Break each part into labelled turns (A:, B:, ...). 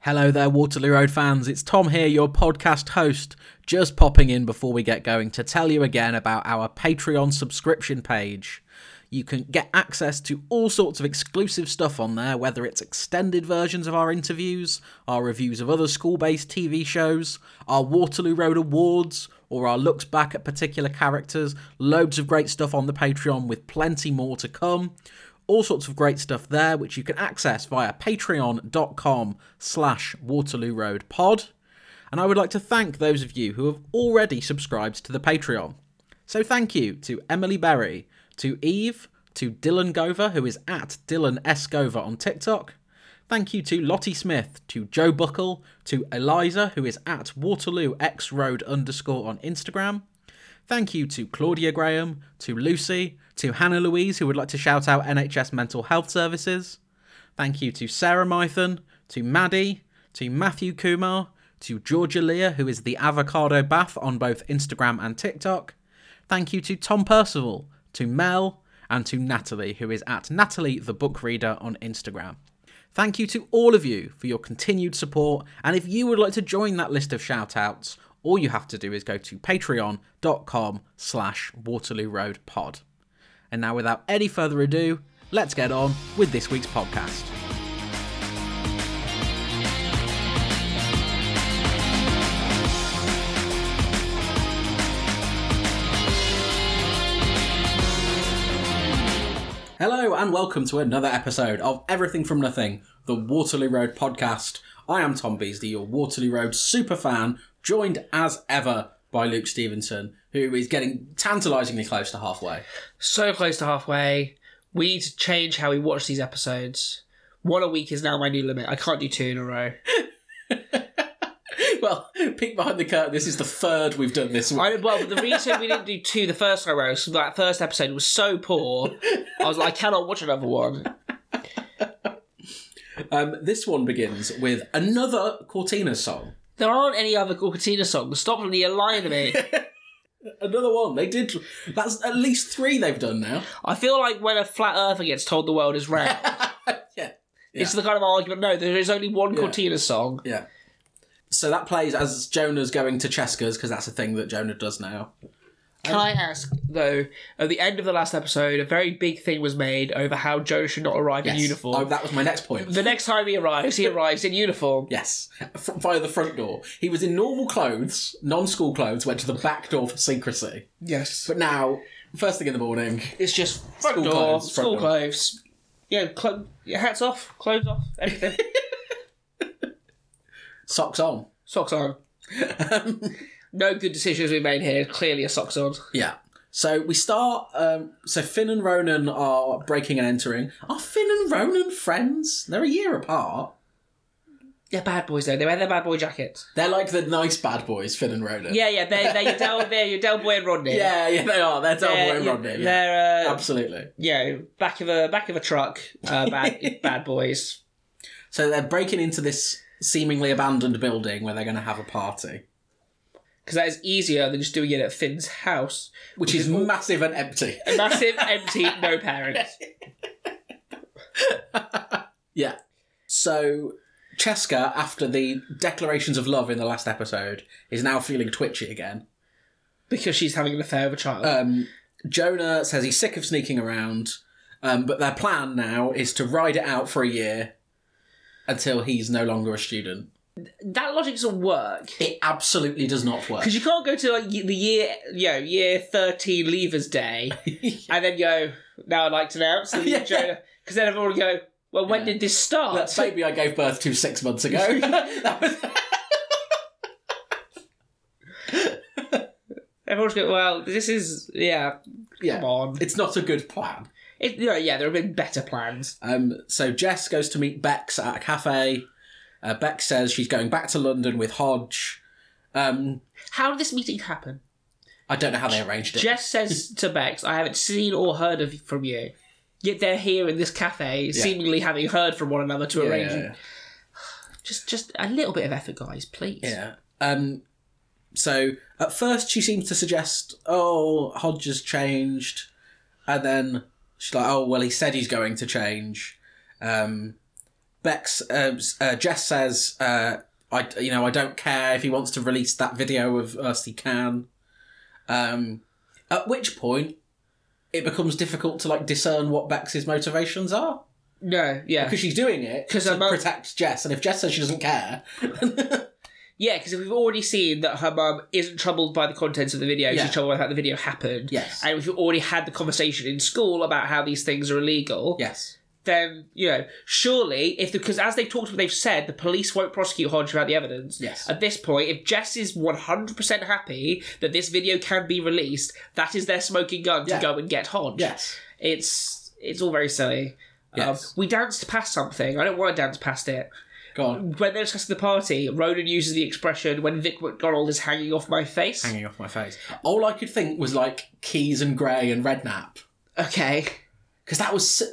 A: Hello there, Waterloo Road fans. It's Tom here, your podcast host, just popping in before we get going to tell you again about our Patreon subscription page. You can get access to all sorts of exclusive stuff on there, whether it's extended versions of our interviews, our reviews of other school based TV shows, our Waterloo Road awards, or our looks back at particular characters. Loads of great stuff on the Patreon with plenty more to come all sorts of great stuff there which you can access via patreon.com slash waterloo road pod and i would like to thank those of you who have already subscribed to the patreon so thank you to emily berry to eve to dylan gover who is at dylan s gover on tiktok thank you to lottie smith to joe buckle to eliza who is at waterloo x road underscore on instagram Thank you to Claudia Graham, to Lucy, to Hannah Louise, who would like to shout out NHS Mental Health Services. Thank you to Sarah Mython, to Maddie, to Matthew Kumar, to Georgia Leah, who is the Avocado Bath on both Instagram and TikTok. Thank you to Tom Percival, to Mel, and to Natalie, who is at Natalie the Book Reader on Instagram. Thank you to all of you for your continued support, and if you would like to join that list of shout-outs, all you have to do is go to patreon.com slash waterloo road pod and now without any further ado let's get on with this week's podcast hello and welcome to another episode of everything from nothing the waterloo road podcast i am tom beasley your waterloo road super fan joined as ever by Luke Stevenson, who is getting tantalisingly close to halfway.
B: so close to halfway. We need to change how we watch these episodes. One a week is now my new limit. I can't do two in a row.
A: Well, peek behind the curtain. This is the third we've done this week.
B: I well, the reason we didn't do two the first time around, so that first episode was so poor. I was like, I cannot watch another one.
A: Um, this one begins with another Cortina song.
B: There aren't any other Cortina songs. Stop really lying to me.
A: Another one. They did. That's at least three they've done now.
B: I feel like when a flat earther gets told the world is round,
A: Yeah.
B: it's the kind of argument. No, there is only one
A: Yeah.
B: Cortina song.
A: Yeah. So that plays as Jonah's going to Cheska's because that's a thing that Jonah does now.
B: Can
A: Um,
B: I ask though? At the end of the last episode, a very big thing was made over how Joe should not arrive in uniform.
A: Oh, that was my next point.
B: The next time he arrives, he arrives in uniform.
A: Yes, F- via the front door. He was in normal clothes, non-school clothes. Went to the back door for secrecy.
B: Yes.
A: But now, first thing in the morning,
B: It's just front
A: School
B: door,
A: clothes, front
B: school
A: door.
B: clothes. Yeah, clo- yeah, hats off, clothes off, everything.
A: socks on.
B: socks on.
A: Um,
B: no good decisions we made here. Clearly a socks on.
A: Yeah. So we start. Um, so Finn and Ronan are breaking and entering. Are Finn and Ronan friends? They're a year apart.
B: They're bad boys though. They wear their bad boy jackets.
A: They're like the nice bad boys, Finn and Ronan.
B: Yeah, yeah. They're, they're your Del, they're your Del Boy and Rodney.
A: yeah, yeah. They are. They're
B: They're,
A: Delboy and
B: you-
A: Rodney. Yeah.
B: They're uh,
A: Absolutely.
B: you know, back of a back of a truck. Uh, bad bad boys.
A: So they're breaking into this seemingly abandoned building where they're going to have a party,
B: Because that is easier than just doing it at Finn's house.
A: which is massive and empty.
B: Massive, empty, no parents.
A: Yeah. So Cheska, after the declarations of love in the last episode, is now feeling twitchy again.
B: Because she's having an affair with a child.
A: Um, Jonah says he's sick of sneaking around, um, but their plan now is to ride it out for a year until he's no longer a student.
B: that logic doesn't work
A: It absolutely does not work.
B: because you can't go to like y- the year you know year 13 leavers day and then go now i'd like to announce and
A: Yeah.
B: because then everyone would go well when
A: Yeah.
B: did this start
A: That baby I gave birth to six months ago. That was-
B: everyone's going well this is yeah come
A: yeah,
B: on
A: it's not a good plan.
B: it, you know, yeah there have been better plans
A: Um, so Jess goes to meet Bex at a cafe. Uh, Bex says she's going back to London with Hodge. Um,
B: how did this meeting happen
A: I don't know how they arranged it.
B: jess says to bex i haven't seen or heard of from you yet they're here in this cafe seemingly having heard from one another to arrange
A: yeah,
B: just just a little bit of effort guys please
A: Yeah. Um, so at first she seems to suggest, "Oh, Hodge has changed," and then she's like, "Oh, well, he said he's going to change." Um, Bex, uh, s- uh, Jess says, uh, I, you know, I don't care if he wants to release that video of us, he can. Um, at which point, it becomes difficult to like discern what Bex's motivations are
B: No, yeah.
A: because she's doing it
B: 'Cause
A: to
B: her mo-
A: protect Jess, and if Jess says she doesn't care,
B: Yeah, because we've already seen that her mum isn't troubled by the contents of the video,
A: Yeah.
B: she's troubled by how the video happened.
A: yes,
B: And if you've already had the conversation in school about how these things are illegal,
A: yes,
B: then, you know, surely, if because as they've talked, they've said the police won't prosecute Hodge about the evidence.
A: Yes.
B: At this point, if Jess is 100% happy that this video can be released, that is their smoking gun to
A: Yeah.
B: go and get Hodge.
A: yes,
B: It's, it's all very silly.
A: Yes.
B: Um, we danced past something. I don't want to dance past it
A: go on,
B: when they're discussing the party, Ronan uses the expression "when Vic McDonald is hanging off my face."
A: hanging off my face. All I could think was like Keys and Grey and Redknapp.
B: Okay,
A: because that was s-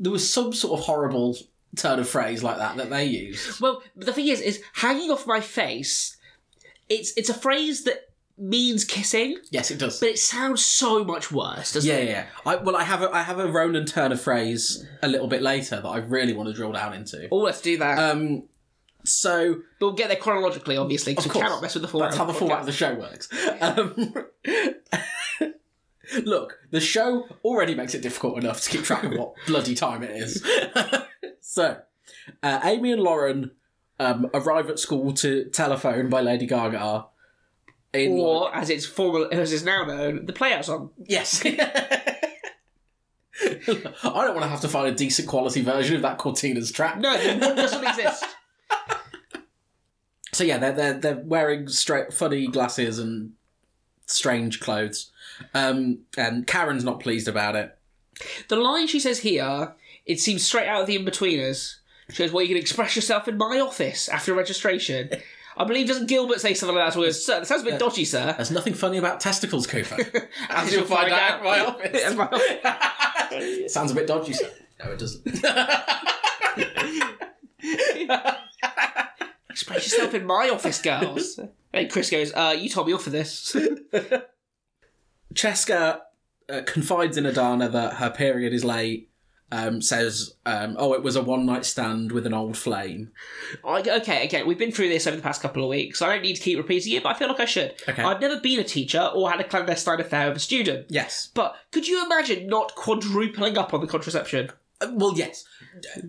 A: there was some sort of horrible turn of phrase like that that they used.
B: well, but the thing is, is hanging off my face. It's it's a phrase that means kissing,
A: Yes, it does.
B: but it sounds so much worse, doesn't
A: Yeah,
B: it?
A: yeah. yeah. I, well, I have a, I have a Ronan turn of phrase a little bit later that I really want to drill down into.
B: Oh, let's do that.
A: Um, so
B: but we'll get there chronologically, obviously, because
A: Of
B: we
A: course.
B: cannot mess with the format.
A: that's how the
B: of
A: format of
B: podcast.
A: the show works. Um, look, the show already makes it difficult enough to keep track of what bloody time it is. so, uh, Amy and Lauren um, arrive at school to telephone by Lady Gaga. In like,
B: Or, as it's formal, as it's now known, the playhouse on.
A: Yes. I don't want to have to find a decent quality version of that Cortina's track.
B: No, the one doesn't exist.
A: So yeah, they're they're, they're wearing straight funny glasses and strange clothes, um, and Karen's not pleased about it.
B: The line she says here, it seems straight out of the in-betweeners. She says, Well, you can express yourself in my office after registration. I believe doesn't Gilbert say something like that to her? Sir, that sounds a bit dodgy, sir.
A: There's nothing funny about testicles, Cooper.
B: As you'll find out.
A: in my office. Sounds a bit dodgy, sir. No, it doesn't.
B: Express yourself in my office, girls. And Chris goes, uh, you told me off for this.
A: Cheska uh, confides in Adana that her period is late. Um, says, um, "Oh, it was a one night stand with an old flame."
B: I, okay, okay, we've been through this over the past couple of weeks. I don't need to keep repeating it, but I feel like I should.
A: Okay.
B: I've never been a teacher or had a clandestine affair with a student.
A: Yes.
B: But could you imagine not quadrupling up on the contraception?
A: Uh, Well, yes,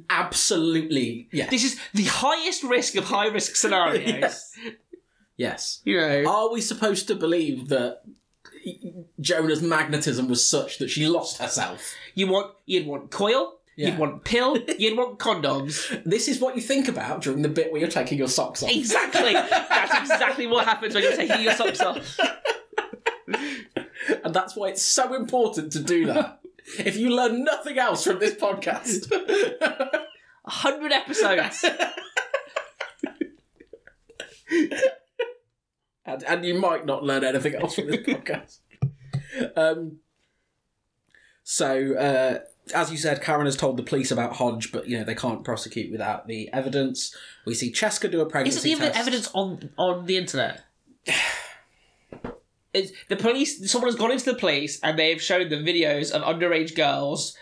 A: absolutely, yes,
B: This is the highest risk of high risk scenarios.
A: yes, yes.
B: You know.
A: Are we supposed to believe that Jonah's magnetism was such that she lost herself?
B: You want you'd want coil,
A: Yeah.
B: you'd want pill, you'd want condoms.
A: This is what you think about during the bit where you're taking your socks off.
B: Exactly. That's exactly what happens when you're taking your socks off.
A: and that's why it's so important to do that. if you learn nothing else from this podcast,
B: A hundred episodes.
A: and, and you might not learn anything else from this podcast. Um, so, uh, as you said, Karen has told the police about Hodge, but you know they can't prosecute without the evidence. We see Cheska do a
B: Isn't
A: pregnancy
B: the ev-
A: test.
B: evidence on on the internet? It's, the police. Someone has gone into the police and they have shown them videos of underage girls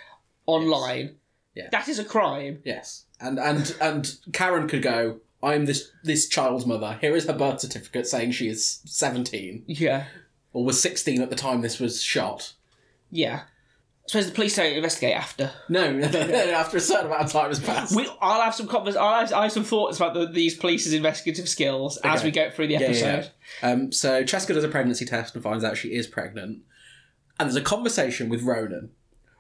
B: online.
A: Yeah.
B: That is a crime.
A: Yes, and and and Karen could go. I'm this this child's mother. Here is her birth certificate saying she is 17
B: Yeah.
A: or was 16 at the time this was shot.
B: Yeah. I suppose the police don't investigate after.
A: No, after a certain amount of time has passed.
B: We, I'll have some convers- I'll have, I have some thoughts about the, these police's investigative skills as
A: Okay.
B: we go through the
A: Yeah,
B: episode.
A: yeah, yeah. Um, so Cheska does a pregnancy test and finds out she is pregnant. And there's a conversation with Ronan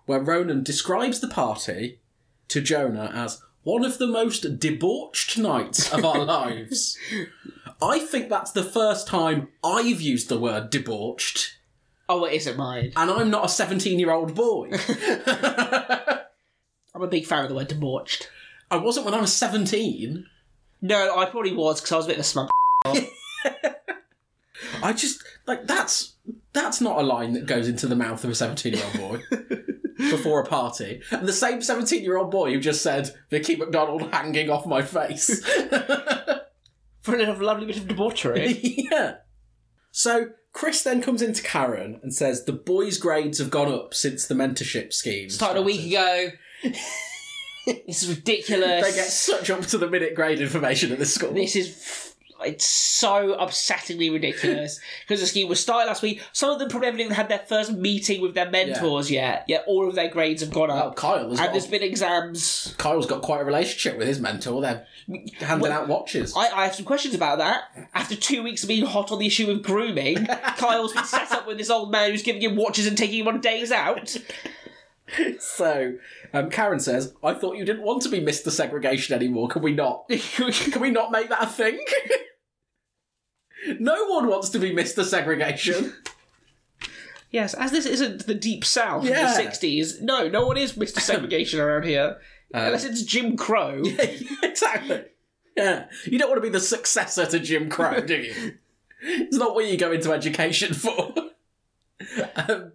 A: where Ronan describes the party to Jonah as one of the most debauched nights of our lives. I think that's the first time I've used the word debauched,
B: Oh, it isn't mine.
A: and I'm not a 17 year old boy.
B: I'm a big fan of the word debauched.
A: I wasn't when I was 17.
B: No, I probably was because I was a bit of a smug.
A: I just like that's that's not a line that goes into the mouth of a seventeen-year-old boy before a party. And the same seventeen-year-old boy who just said Vicky McDonald hanging off my face.
B: For a lovely bit of debauchery.
A: yeah. So Chris then comes into Karen and says the boys' grades have gone up since the mentorship scheme
B: Started a week ago. This is ridiculous.
A: They get such up to the minute grade information at this school.
B: this is it's so upsettingly ridiculous because the scheme was started last week. Some of them probably haven't even had their first meeting with their mentors yet. Yet all of their grades have gone
A: Well,
B: up,
A: Kyle has
B: and
A: got,
B: there's been exams.
A: Kyle's got quite a relationship with his mentor. They're handing out watches.
B: I, I have some questions about that. After two weeks of being hot on the issue of grooming, Kyle's been set up with this old man who's giving him watches and taking him on days out.
A: so, um, Karen says, "I thought you didn't want to be Mr. Segregation anymore. Can we not? Can we not make that a thing?" no one wants to be Mr. Segregation.
B: yes, as this isn't the deep south
A: Yeah.
B: of the 60s, no, no one is Mr. Segregation around here.
A: Uh,
B: Unless it's Jim Crow.
A: exactly. Yeah, you don't want to be the successor to Jim Crow, do you? It's not what you go into education for. um,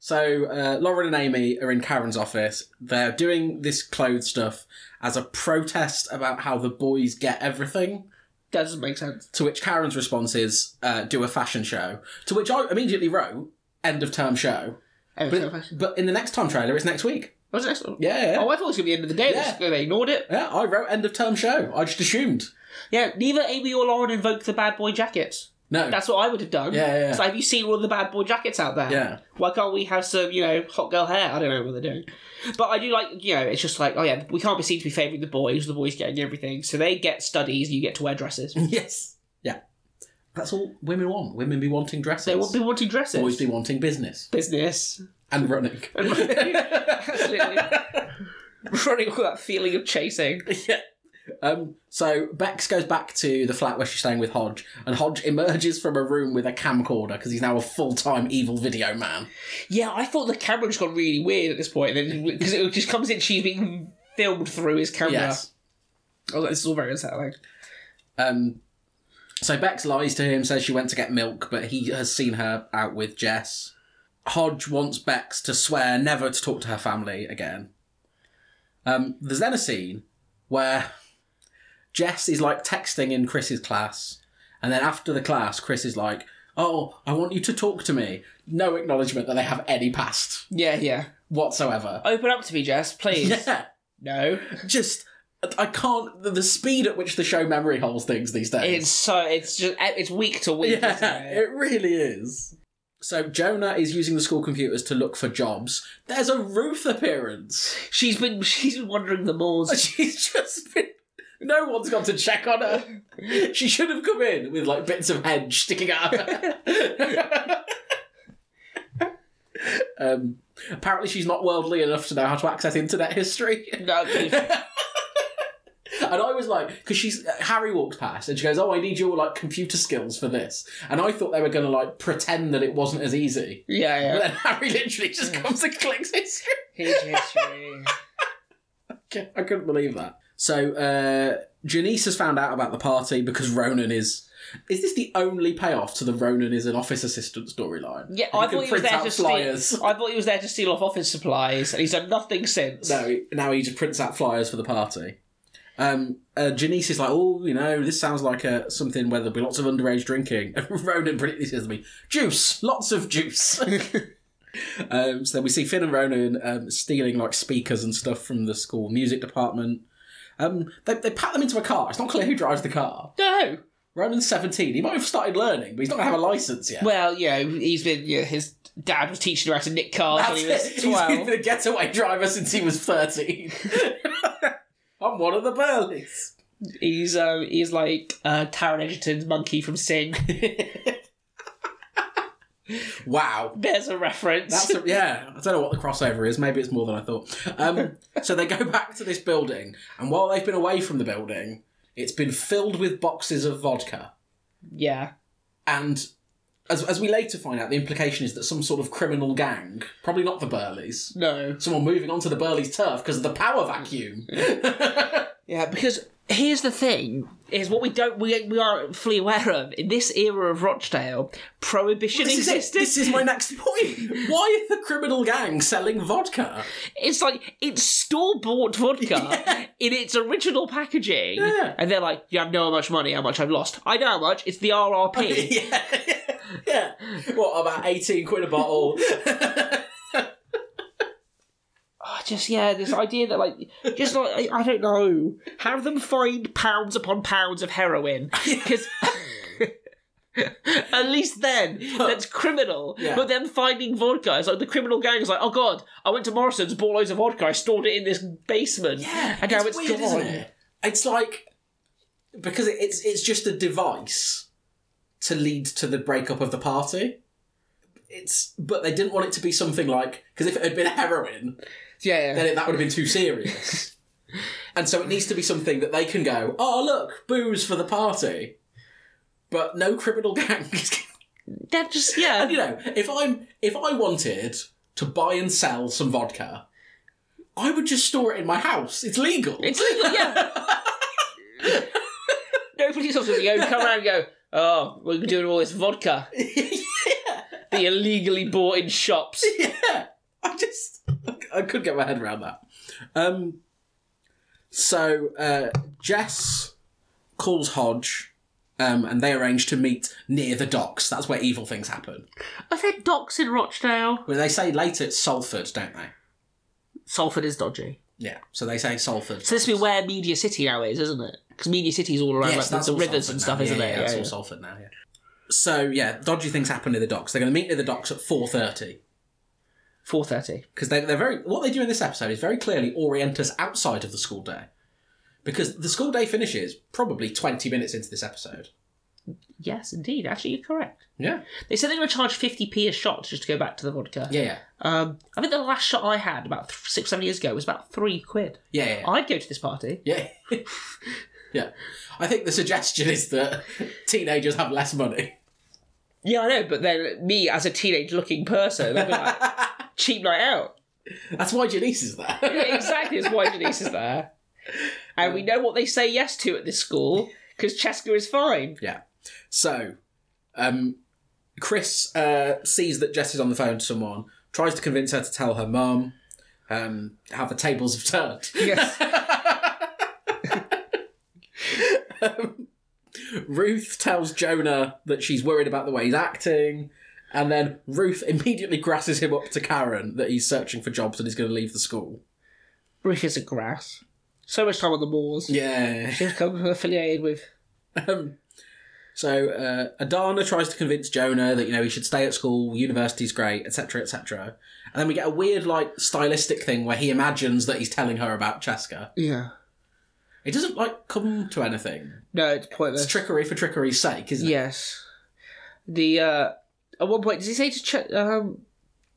A: so uh, Lauren and Amy are in Karen's office. They're doing this clothes stuff as a protest about how the boys get everything.
B: That doesn't make sense.
A: To which Karen's response is, uh, "Do a fashion show." To which I immediately wrote, "End of term show."
B: Anyway,
A: But, but in the next time trailer, it's next week.
B: What's next one?
A: Yeah, yeah, yeah.
B: Oh, I thought it was going to be the end of the day.
A: Yeah.
B: They ignored it.
A: yeah. I wrote end of term show. I just assumed.
B: Yeah, neither Amy or Lauren invoked the bad boy jackets.
A: No.
B: That's what I would have done.
A: Yeah, yeah, yeah.
B: So have you seen all the bad boy jackets out there?
A: Yeah.
B: Why can't we have some, you know, hot girl hair? I don't know what they're doing. But I do like, you know, it's just like, oh yeah, we can't be seen to be favouring the boys. The boys getting everything. So they get studies, you get to wear dresses.
A: Yes. Yeah. That's all women want. Women be wanting dresses.
B: They won't be wanting dresses.
A: Boys be wanting business
B: Business.
A: and running.
B: Absolutely. Running all that feeling of chasing.
A: yeah. Um, so Bex goes back to the flat where she's staying with Hodge, and Hodge emerges from a room with a camcorder because he's now a full-time evil video man.
B: Yeah, I thought the camera just got really weird at this point. Because it just comes in, she's being filmed through his camera.
A: Yes.
B: I was like, this is all very unsettling.
A: Um, so Bex lies to him, says she went to get milk, but he has seen her out with Jess. Hodge wants Bex to swear never to talk to her family again. Um, there's then a scene where Jess is like texting in Chris's class, and then after the class, Chris is like, Oh, I want you to talk to me. No acknowledgement that they have any past
B: Yeah, yeah.
A: whatsoever.
B: Open up to me, Jess, please.
A: Yeah,
B: No.
A: just, I can't, the- the speed at which the show memory holds things these days.
B: It's so, it's just, it's week to week,
A: Yeah,
B: isn't it?
A: it really is. So Jonah is using the school computers to look for jobs. There's a Ruth appearance.
B: She's been, she's been wandering the moors.
A: She's just been. No one's gone to check on her. She should have come in with like bits of hedge sticking out. of her. um, apparently, she's not worldly enough to know how to access internet history.
B: No,
A: And I was like, because she's Harry walks past and she goes, "Oh, I need your like computer skills for this." And I thought they were going to like pretend that it wasn't as easy.
B: yeah,
A: But
B: yeah.
A: then Harry literally just comes and clicks his.
B: Here's history.
A: I couldn't believe that. So uh, Janice has found out about the party because Ronan is. Is this the only payoff to the Ronan is an office assistant storyline?
B: Yeah,
A: You
B: I
A: can
B: thought he was
A: print
B: there
A: out
B: to
A: flyers.
B: steal. I thought he was there to steal off office supplies, and he's done nothing since.
A: No, he- now he just prints out flyers for the party. Um, uh, Janice is like, oh, you know, this sounds like a, something where there'll be lots of underage drinking. And Ronan brilliantly says to me, juice, lots of juice. um, so then we see Finn and Ronan um, stealing like speakers and stuff from the school music department. Um, they, they pack them into a car. It's not clear who drives the car.
B: No.
A: Ronan's 17. He might have started learning, but he's not going to have a license yet.
B: Well, you know, he's been. You know, his dad was teaching him how to nick cars
A: That's
B: when he
A: it.
B: was
A: He's
B: twelve.
A: been a getaway driver since he was 13. I'm one of the burlies.
B: He's um, he's like uh, Taron Egerton's monkey from Sing.
A: Wow.
B: There's a reference.
A: That's a, yeah. I don't know what the crossover is. Maybe it's more than I thought. Um, so they go back to this building, and while they've been away from the building, it's been filled with boxes of vodka.
B: yeah.
A: And as, as we later find out, the implication is that some sort of criminal gang, probably not the Burleys,
B: No.
A: someone moving onto the Burleys turf because of the power vacuum.
B: Yeah, because here's the thing: is what we don't we we aren't fully aware of in this era of Rochdale, prohibition
A: This is, it.
B: existed.
A: this is my next point. Why are the criminal gang selling vodka?
B: It's like it's store bought vodka in its original packaging,
A: Yeah.
B: and they're like, "You have no how much money, how much I've lost. I know how much. It's the RRP."
A: yeah, yeah. What about eighteen quid a bottle?
B: oh, just yeah, this idea that like just like I, I don't know, have them find pounds upon pounds of heroin because. At least then, that's criminal.
A: Yeah.
B: But then finding vodka is like the criminal gang is like, oh god, I went to Morrison's, bought loads of vodka, I stored it in this basement,
A: Yeah,
B: and now it's
A: weird,
B: gone.
A: isn't it? It's like because it- it's it's just a device to lead to the breakup of the party. It's but they didn't want it to be something like because if it had been heroin,
B: Yeah,
A: then it, that would have been too serious. and so it needs to be something that they can go, oh look, booze for the party, but no criminal gangs.
B: they're just yeah.
A: you know, if I'm if I wanted to buy and sell some vodka, I would just store it in my house. It's legal.
B: It's legal, yeah. no police officers go come around and go, oh, we're doing all this vodka that you legally bought in shops.
A: yeah, I just I could get my head around that. Um, so uh, Jess calls Hodge, um, and they arrange to meet near the docks. That's where evil things happen.
B: Are there docks in Rochdale?
A: Well, they say later it's Salford, don't they?
B: Salford is dodgy.
A: Yeah. So they say Salford.
B: So this will be where Media City now is, isn't it? Because Media City's all around like, the, the
A: all
B: rivers
A: Salford
B: and stuff,
A: now.
B: isn't
A: yeah,
B: it?
A: Yeah, that's all Salford now. Yeah. So yeah, dodgy things happen near the docks. They're going to meet near the docks at four thirty.
B: Four thirty.
A: because they, they're very what they do in this episode is very clearly orient us outside of the school day because the school day finishes probably 20 minutes into this episode
B: Yes, indeed. Actually, you're correct.
A: yeah
B: They said they were going to charge fifty p a shot just to go back to the vodka.
A: yeah yeah
B: Um, I think the last shot I had about th- six, seven years ago was about three quid.
A: yeah yeah, yeah.
B: I'd go to this party.
A: Yeah. Yeah. I think the suggestion is that teenagers have less money.
B: Yeah, I know, but then me as a teenage looking person, I'd be like, cheap night out.
A: That's why Janice is there.
B: Exactly, it's why Denise is there. And
A: Um,
B: we know what they say yes to at this school, because Cheska is fine.
A: So, um, Chris uh, sees that Jess is on the phone to someone, tries to convince her to tell her mum um, how the tables have turned.
B: Yes.
A: Um, Ruth tells Jonah that she's worried about the way he's acting, and then Ruth immediately grasses him up to Karen that he's searching for jobs and he's going to leave the school.
B: Rick is a grass. So much time on the moors.
A: Yeah.
B: She's come affiliated with.
A: Um, so uh, Adana tries to convince Jonah that you know he should stay at school, university's great, etc., etc. And then we get a weird like stylistic thing where he imagines that he's telling her about Cheska.
B: Yeah.
A: It doesn't like come to anything.
B: No, it's pointless.
A: It's trickery for trickery's sake, isn't it?
B: Yes. The uh at one point does he say to Ch- um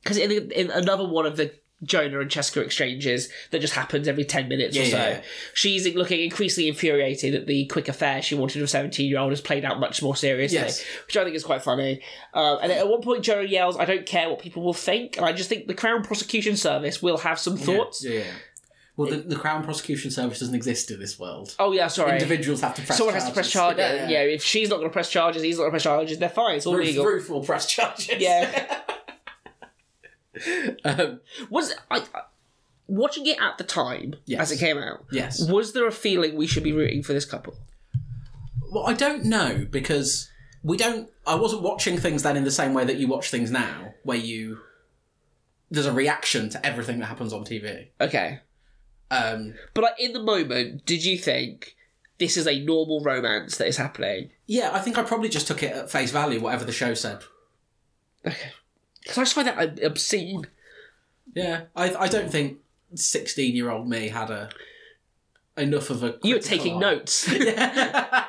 B: because in, in another one of the Jonah and Cheska exchanges that just happens every ten minutes or
A: Yeah,
B: so,
A: yeah, yeah.
B: she's looking increasingly infuriated that the quick affair she wanted with a seventeen-year-old has played out much more seriously,
A: Yes.
B: which I think is quite funny. Um, and at one point, Jonah yells, "I don't care what people will think," and I just think the Crown Prosecution Service will have some thoughts.
A: Yeah. yeah, yeah. Well, the, the Crown Prosecution Service doesn't exist in this world.
B: Oh yeah, sorry.
A: Individuals have to press.
B: Someone
A: charges.
B: has to press charges. Yeah, if she's not going to press charges, he's not going to press charges. They're fine. It's all
A: Ruth,
B: legal.
A: Ruth will press charges.
B: Yeah.
A: Um,
B: was I, I- watching it at the time
A: Yes.
B: as it came out.
A: yes.
B: Was there a feeling we should be rooting for this couple?
A: Well, I don't know because we don't. I wasn't watching things then in the same way that you watch things now, where you there's a reaction to everything that happens on TV.
B: Okay,
A: Um,
B: but like in the moment, did you think this is a normal romance that is happening?
A: yeah, I think I probably just took it at face value, whatever the show said.
B: Because I just find that ob- obscene.
A: Yeah, I, I don't think sixteen year old me had a enough of a.
B: You were
A: critical
B: taking
A: eye.
B: notes.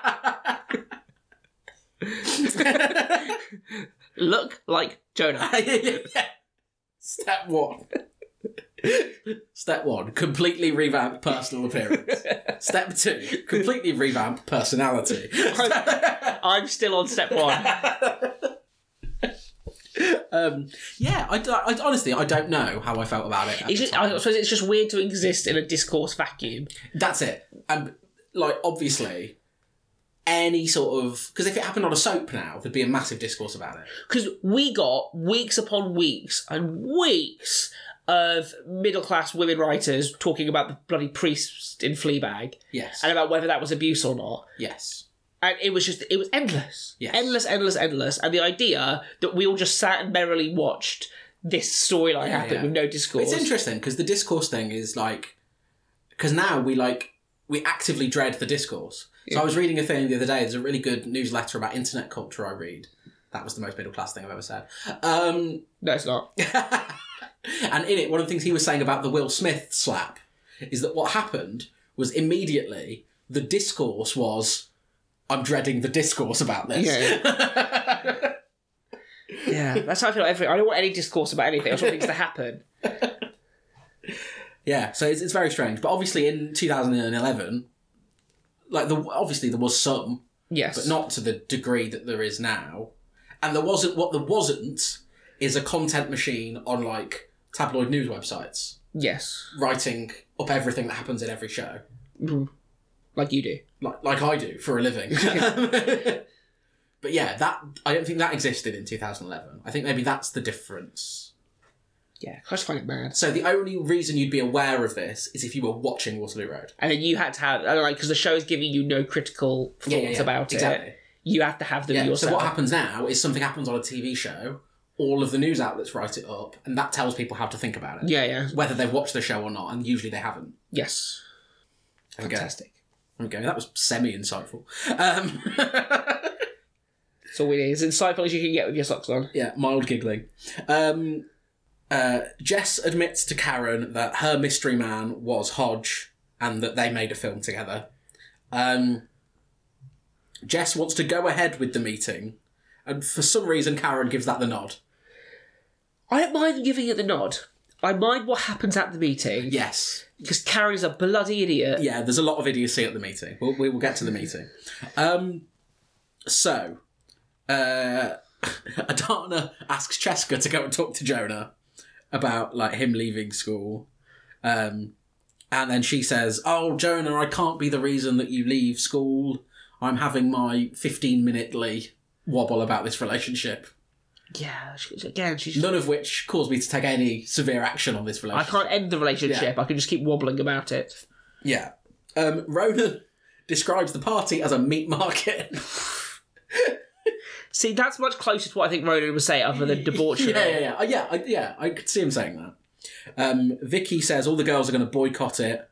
B: Look like Jonah.
A: Step one. Step one, completely revamp personal appearance. Step two, completely revamp personality.
B: I'm still on step one.
A: Um, yeah, I, don't- I- honestly, I don't know how I felt about it. at
B: It's
A: the
B: just,
A: time.
B: I suppose it's just weird to exist in a discourse vacuum.
A: That's it. And, like, obviously, any sort of. Because if it happened on a soap now, there'd be a massive discourse about it.
B: because we got weeks upon weeks and weeks of middle class women writers talking about the bloody priest in Fleabag
A: Yes.
B: and about whether that was abuse or not.
A: Yes.
B: And it was just, it was endless.
A: Yes.
B: Endless, endless, endless. And the idea that we all just sat and merrily watched this storyline
A: Yeah,
B: happen
A: yeah.
B: with no discourse.
A: It's interesting because the discourse thing is like, because now we like we actively dread the discourse. So I was reading a thing the other day. There's a really good newsletter about internet culture I read. That was the most middle class thing I've ever said. Um,
B: No, it's not.
A: and in it, one of the things he was saying about the Will Smith slap is that what happened was immediately the discourse was, I'm dreading the discourse about this.
B: yeah, that's how I feel. Like every, I don't want any discourse about anything. I just want things to happen.
A: Yeah, so it's, it's very strange. But obviously, in 2011, like the obviously there was some,
B: Yes,
A: but not to the degree that there is now. And there wasn't what there wasn't is a content machine on like tabloid news websites
B: yes,
A: writing up everything that happens in every show,
B: like you do.
A: like like I do for a living. but yeah, that I don't think that existed in 2011. I think maybe that's the difference.
B: Yeah, I just find it mad.
A: So the only reason you'd be aware of this is if you were watching Waterloo Road.
B: And then you had to have, I don't like, because the show is giving you no critical thoughts about
A: exactly.
B: it. You have to have them
A: Yeah,
B: yourself.
A: So what happens now is something happens on a TV show. All of the news outlets write it up, and that tells people how to think about it,
B: Yeah, yeah,
A: whether they've watched the show or not. And usually they haven't.
B: yes,
A: There we go.
B: fantastic.
A: There we go. That was semi-insightful. Um,
B: That's all it is. Insightful as you can get with your socks on.
A: yeah, mild giggling. Um, uh, Jess admits to Karen that her mystery man was Hodge, and that they made a film together. Um, Jess wants to go ahead with the meeting, and for some reason, Karen gives that the nod.
B: I don't mind giving it the nod. I mind what happens at the meeting
A: Yes.
B: because Karen is a bloody idiot.
A: yeah, there's a lot of idiocy at the meeting. We'll, we will get to the meeting. Um, so, uh, Adana asks Cheska to go and talk to Jonah about like him leaving school, um, and then she says, "Oh, Jonah, I can't be the reason that you leave school. I'm having my 15 minutely wobble about this relationship,
B: Yeah, she, again, she's.
A: none of which caused me to take any severe action on this
B: I
A: relationship."
B: can't end the relationship. I can just keep wobbling about it.
A: Yeah. Um, Ronan describes the party as a meat market.
B: See, that's much closer to what I think Ronan would say, other than debauchery.
A: Yeah, yeah, yeah, Uh, yeah, I, yeah. I could see him saying that. Um, Vicky says all the girls are going to boycott it,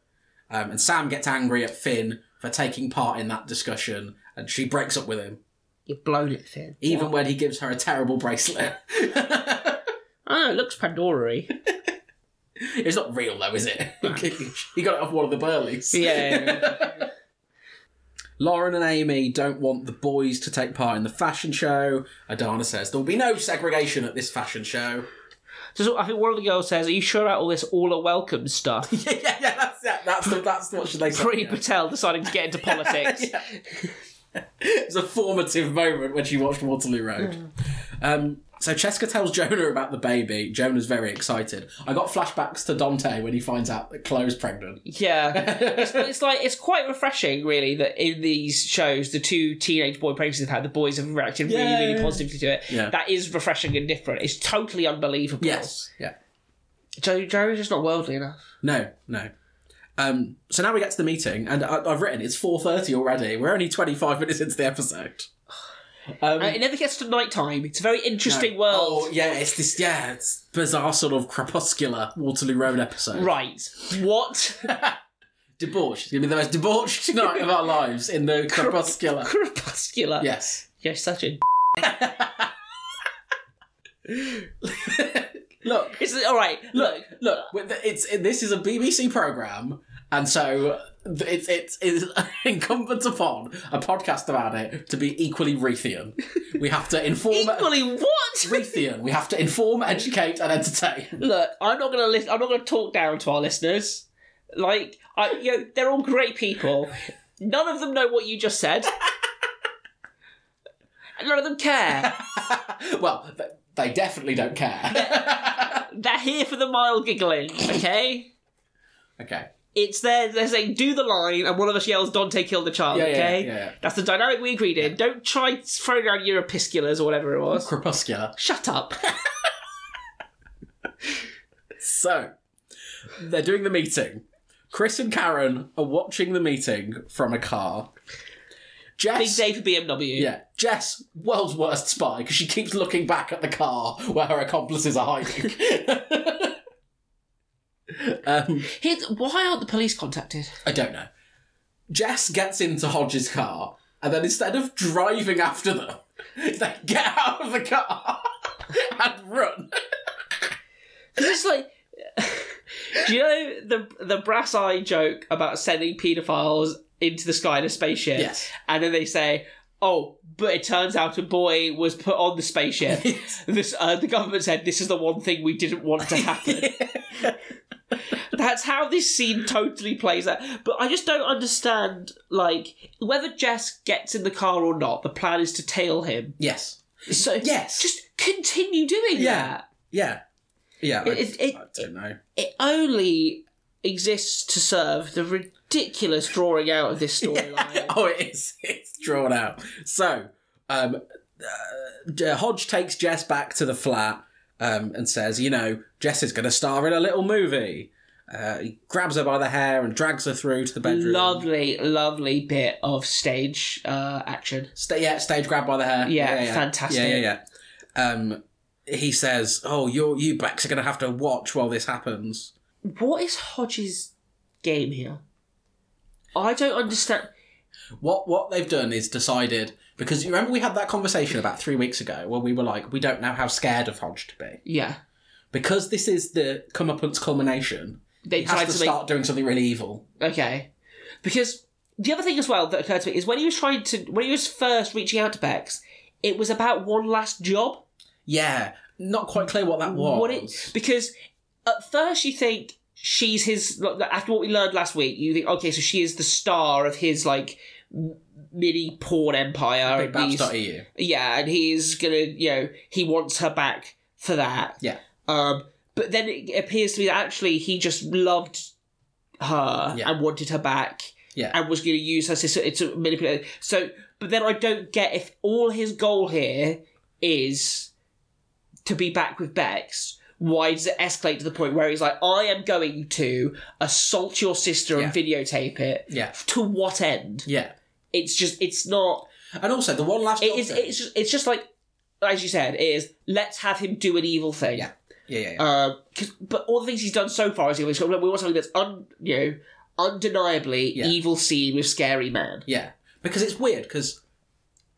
A: um, and Sam gets angry at Finn for taking part in that discussion, and she breaks up with him,
B: You've blown it, Finn.
A: even when he gives her a terrible bracelet.
B: Oh, it looks Pandory.
A: it's not real though, is it? he got it off one of the burleys.
B: yeah.
A: Lauren and Amy don't want the boys to take part in the fashion show. Adana says there will be no segregation at this fashion show.
B: So I think one of the girls says, "Are you sure about all this all are welcome stuff?"
A: yeah, yeah, yeah. That's that, that's the, that's what should they say?
B: Pretty
A: yeah.
B: Patel deciding to get into politics.
A: Yeah. it's a formative moment when she watched Waterloo Road.
B: Hmm.
A: Um, so Cheska tells Jonah about the baby. Jonah's very excited. I got flashbacks to Dante when he finds out that Chloe's pregnant.
B: Yeah, it's, it's like it's quite refreshing, really, that in these shows, the two teenage boy pregnancies have had, the boys have reacted really,
A: Yeah,
B: really
A: yeah.
B: positively to it.
A: Yeah.
B: That is refreshing and different. It's totally unbelievable.
A: Yeah.
B: Joe Joe's just not worldly enough.
A: No, no. Um, so now we get to the meeting, and I, I've written it's four thirty already. We're only twenty five minutes into the episode. Um,
B: And Uh, it never gets to night time. It's a very interesting
A: oh
B: world.
A: yeah, it's this yeah, it's bizarre sort of crepuscular Waterloo Road episode.
B: Right. What?
A: Debauched. It's gonna be the most debauched night of our lives in the crepuscular.
B: Crepuscular.
A: Yes.
B: You're such a.
A: Look,
B: It's all right. Look,
A: look, with the- it's it, this is a BBC program, and so it's it's it's incumbent upon a podcast about it to be equally Wreathian. We have to inform
B: equally what?
A: Wreathian. We have to inform, educate, and entertain.
B: Look, I'm not gonna list. I'm not gonna talk down to our listeners. Like, I, you know, they're all great people. None of them know what you just said. And None of them care.
A: Well, th- they definitely don't care.
B: They're here for the mild giggling, okay?
A: okay.
B: It's there. They're saying, do the line, and one of us yells, Dante killed the child,
A: Yeah, yeah,
B: okay?
A: yeah, yeah.
B: That's the dynamic we agreed in. Don't try to throw down your episculars or whatever it was.
A: Crepuscular.
B: Shut up.
A: So they're doing the meeting. Chris and Karen are watching the meeting from a car.
B: Big
A: Jess.
B: day for BMW.
A: Yeah, Jess, world's worst spy, because she keeps looking back at the car where her accomplices are hiding. um,
B: Here's- why aren't the police contacted?
A: I don't know. Jess gets into Hodge's car, and then instead of driving after them, they get out of the car and run.
B: Because it's like, do you know the the brass eye joke about sending paedophiles into the sky in a spaceship?
A: Yes.
B: And then they say, "Oh, but it turns out a boy was put on the spaceship." this uh, the government said this is the one thing we didn't want to happen. That's how this scene totally plays out. But I just don't understand, like, whether Jess gets in the car or not. The plan is to tail him.
A: yes.
B: So
A: Yes.
B: just continue doing
A: Yeah.
B: that.
A: Yeah. Yeah. I,
B: It- it-
A: I don't know.
B: it only exists to serve the ridiculous drawing out of this storyline.
A: oh, it is. It's drawn out. So, um, uh, J- Hodge takes Jess back to the flat um, and says, "You know, Jess is going to star in a little movie." Uh, he grabs her by the hair and drags her through to the bedroom.
B: lovely, lovely bit of stage uh, action.
A: Sta- yeah, stage grab by the hair.
B: Yeah, fantastic.
A: Yeah, yeah, yeah. Um, he says, "Oh, your you backs are going to have to watch while this happens."
B: What is Hodge's game here? I don't understand.
A: What what they've done is decided because you remember we had that conversation about three weeks ago where we were like, we don't know how scared of Hodge to be.
B: Yeah,
A: because this is the comeuppance culmination,
B: they
A: he has
B: tried
A: to
B: to make
A: start doing something really evil.
B: okay. Because the other thing as well that occurred to me is when he was trying to when he was first reaching out to Bex, it was about one last job.
A: Yeah, not quite clear what that was.
B: What it because at first you think she's his like, after what we learned last week you think okay so she is the star of his like m- mini porn empire and he's-
A: BigBabs.eu.
B: yeah and he's gonna you know he wants her back for that
A: Yeah.
B: um but then it appears to me that actually he just loved her
A: Yeah.
B: and wanted her back
A: Yeah.
B: and was going to use her sister to manipulate so but then i don't get if all his goal here is to be back with bex why does it escalate to the point where he's like i am going to assault your sister and videotape it
A: Yeah,
B: to what end
A: yeah.
B: it's just it's not
A: And also the one last.
B: it
A: job
B: is.
A: thing-
B: It's just. It's just like, as you said, it is. Let's have him do an evil thing.
A: Yeah. yeah, yeah, yeah.
B: Uh, 'cause- but all the things he's done so far is evil. So We want something that's un, you know, undeniably
A: Yeah.
B: evil scene with scary man.
A: yeah. Because it's weird because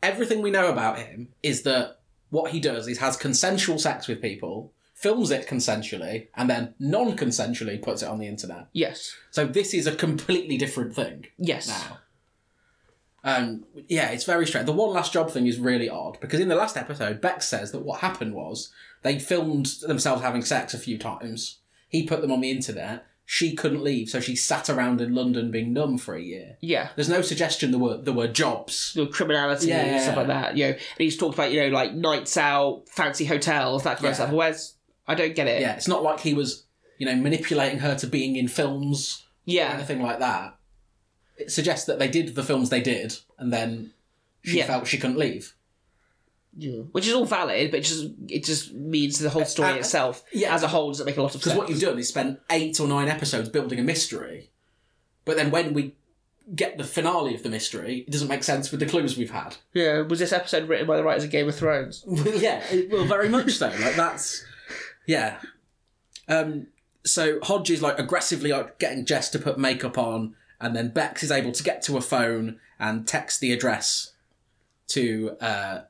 A: everything we know about him is that what he does is has consensual sex with people, films it consensually, and then non-consensually puts it on the internet.
B: Yes.
A: So this is a completely different thing.
B: Yes.
A: now. Um, yeah, it's very strange. The one last job thing is really odd because in the last episode, Beck says that what happened was they filmed themselves having sex a few times. He put them on the internet. She couldn't leave, so she sat around in London being numb for a year.
B: Yeah.
A: There's no suggestion there were there were jobs.
B: The criminality and
A: Yeah.
B: stuff like that. You know, and he's talked about you know like nights out, fancy hotels, that kind of
A: Yeah.
B: stuff. Where's I don't get it.
A: Yeah, it's not like he was, you know, manipulating her to being in films or
B: Yeah.
A: anything like that. It suggests that they did the films they did, and then she
B: Yeah.
A: felt she couldn't leave.
B: Yeah. Which is all valid, but it just it just means the whole story
A: uh,
B: itself
A: yeah.
B: as a whole doesn't make a lot of sense.
A: Because what you've done is spend eight or nine episodes building a mystery, but then when we get the finale of the mystery, it doesn't make sense with the clues we've had.
B: yeah. Was this episode written by the writers of Game of Thrones?
A: yeah, it- well, very much so. Like that's, yeah. Um, so Hodge is like aggressively like getting Jess to put makeup on, and then Bex is able to get to a phone and text the address to uh,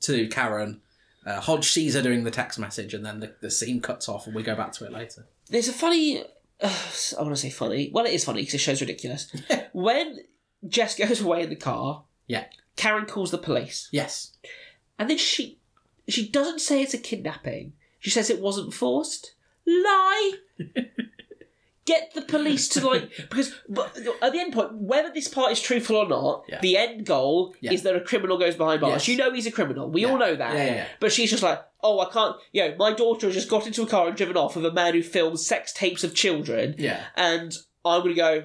A: to Karen. Uh, Hodge sees her doing the text message, and then the, the scene cuts off, and we go back to it later.
B: there's a funny. uh, I want to say funny. Well, it is funny because it shows ridiculous. when Jess goes away in the car,
A: Yeah.
B: Karen calls the police,
A: Yes.
B: and then she she doesn't say it's a kidnapping. She says it wasn't forced. Lie. Get the police to like because but at the end point, whether this part is truthful or not,
A: Yeah.
B: the end goal
A: Yeah.
B: is that a criminal goes behind
A: Yes.
B: bars. You know he's a criminal. We
A: Yeah.
B: all know that.
A: Yeah, yeah, yeah.
B: But she's just like, oh, I can't. You know, my daughter has just got into a car and driven off with a man who films sex tapes of children.
A: Yeah.
B: And I'm going to go,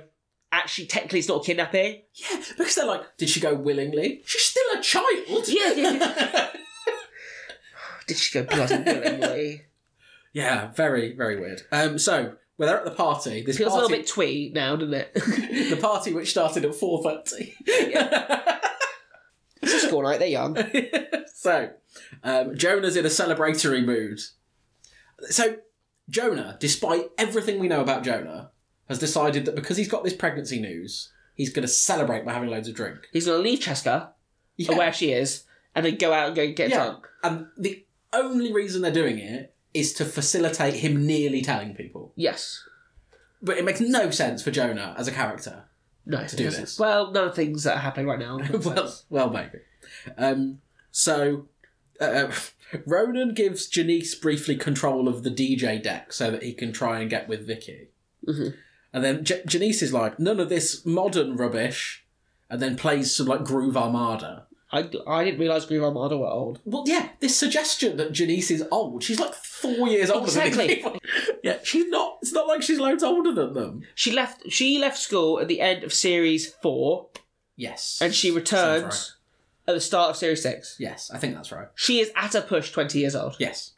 B: actually, technically, it's not a kidnapping.
A: Yeah, because they're like, did she go willingly? She's still a child.
B: Yeah, yeah, Oh, Did she go bloody willingly?
A: yeah, very, very weird. Um, so well, they're at the party. This
B: Feels a
A: party,
B: little bit twee now, doesn't it?
A: the party which started at four thirty.
B: all right. They're young.
A: So, um, Jonah's in a celebratory mood. So, Jonah, despite everything we know about Jonah, has decided that because he's got this pregnancy news, he's going to celebrate by having loads of drink.
B: He's gonna leave Cheska
A: Yeah.
B: where she is, and then go out and go get
A: Yeah.
B: drunk.
A: And the only reason they're doing it is to facilitate him nearly telling people.
B: Yes.
A: But it makes no sense for Jonah as a character.
B: No. To
A: do this.
B: Well, none of the things that are happening right now.
A: well, well, maybe. Um, so, uh, Ronan gives Janice briefly control of the DJ deck so that he can try and get with Vicky.
B: Mhm.
A: And then J- Janice is like, none of this modern rubbish, and then plays some like Groove Armada.
B: I, I didn't realize Green Armada were old.
A: Well, yeah, this suggestion that Janice is old. She's like four years older than
B: Exactly.
A: these people. Yeah, she's not. It's not like she's loads older than them.
B: She left. She left school at the end of series four,
A: Yes.
B: and she
A: Sounds
B: returns
A: right.
B: at the start of series six.
A: Yes, I think that's right.
B: She is at a push twenty years old.
A: Yes.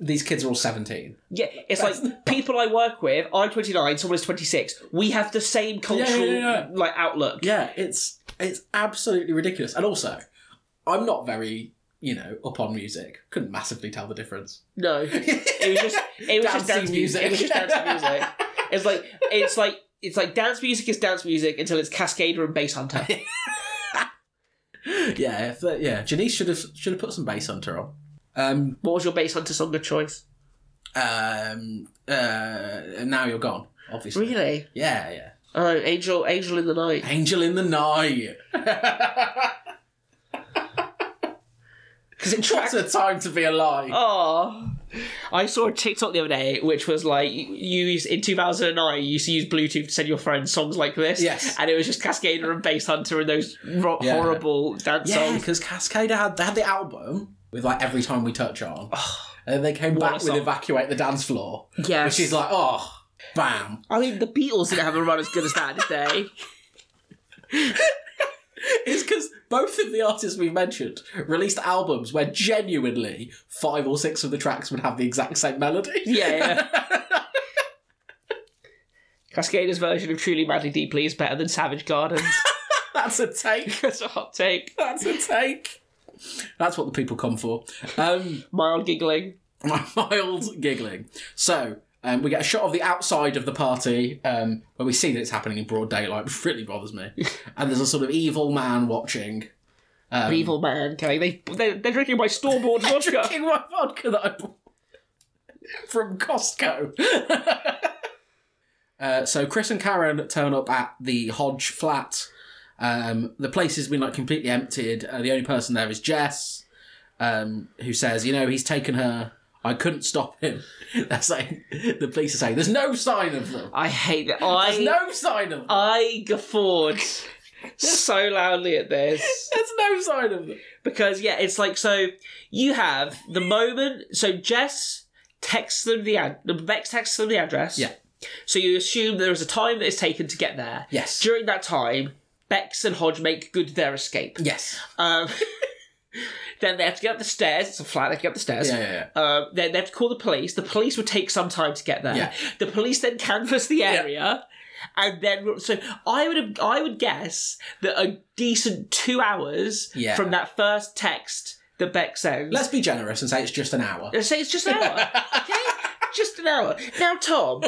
A: These kids are all 17.
B: Yeah, it's like people I work with. I'm 29. Someone is 26. We have the same cultural
A: yeah.
B: like outlook.
A: Yeah, it's it's absolutely ridiculous. And also, I'm not very, you know, up on music. Couldn't massively tell the difference.
B: No, it was just it was
A: Dancing
B: just dance music. It was just
A: music.
B: dance music. It's like it's like it's like dance music is dance music until it's Cascader and Bass Hunter.
A: Yeah, if that- yeah. Janice should have should have put some bass hunter on. Um,
B: what was your Bass Hunter song of choice?
A: um, uh, now you're gone. Obviously.
B: Really?
A: Yeah, yeah.
B: Oh, Angel, Angel in the Night.
A: Angel in the night.
B: Because it tracks.
A: What a time to be alive.
B: Oh, I saw a TikTok the other day which was like you used in 2009 you used to use Bluetooth to send your friends songs like this.
A: Yes.
B: and it was just Cascader and Bass Hunter and those ro-
A: Yeah.
B: horrible dance
A: Yeah,
B: songs.
A: because Cascada had they had the album with like every time we touch on, and then they came
B: What a
A: back with
B: song.
A: evacuate the dance floor,
B: Yeah,
A: which is like oh, bam.
B: I mean the Beatles didn't have a run as good as that, did they?
A: It's because both of the artists we've mentioned released albums where genuinely five or six of the tracks would have the exact same melody.
B: Yeah, yeah. Cascader's version of Truly Madly Deeply is better than Savage Gardens.
A: That's a take.
B: That's a hot take.
A: That's a take. That's what the people come for. Um,
B: Mild giggling.
A: mild giggling. So. Um, we get a shot of the outside of the party um, where we see that it's happening in broad daylight, which really bothers me. And there's a sort of evil man watching. Um,
B: Evil man. Okay, they, they, they're drinking my store-bought vodka.
A: drinking my vodka that I bought from Costco. uh, so Chris and Karen turn up at the Hodge flat. Um, the place has been like completely emptied. Uh, the only person there is Jess, um, who says, "You know, he's taken her. I couldn't stop him." They're saying the police are saying, "There's no sign of them.
B: I hate that.
A: There's
B: I
A: no sign of them.
B: I guffawed so loudly at this
A: There's no sign of them."
B: because yeah, it's like so you have the moment. So Jess texts them the ad. The Bex texts them the address.
A: Yeah.
B: So you assume there is a time that is taken to get there.
A: Yes.
B: During that time, Bex and Hodge make good their escape.
A: Yes.
B: Um, then they have to get up the stairs. It's a flat. They have to get up the stairs.
A: Yeah, yeah, yeah.
B: Um, then they have to call the police. The police would take some time to get there.
A: Yeah.
B: The police then canvass the area, and then so I would I would guess that a decent two hours
A: Yeah.
B: from that first text that Beck sends.
A: Let's be generous and say it's just an hour.
B: Let's say it's just an hour, okay? just an hour. Now, Tom,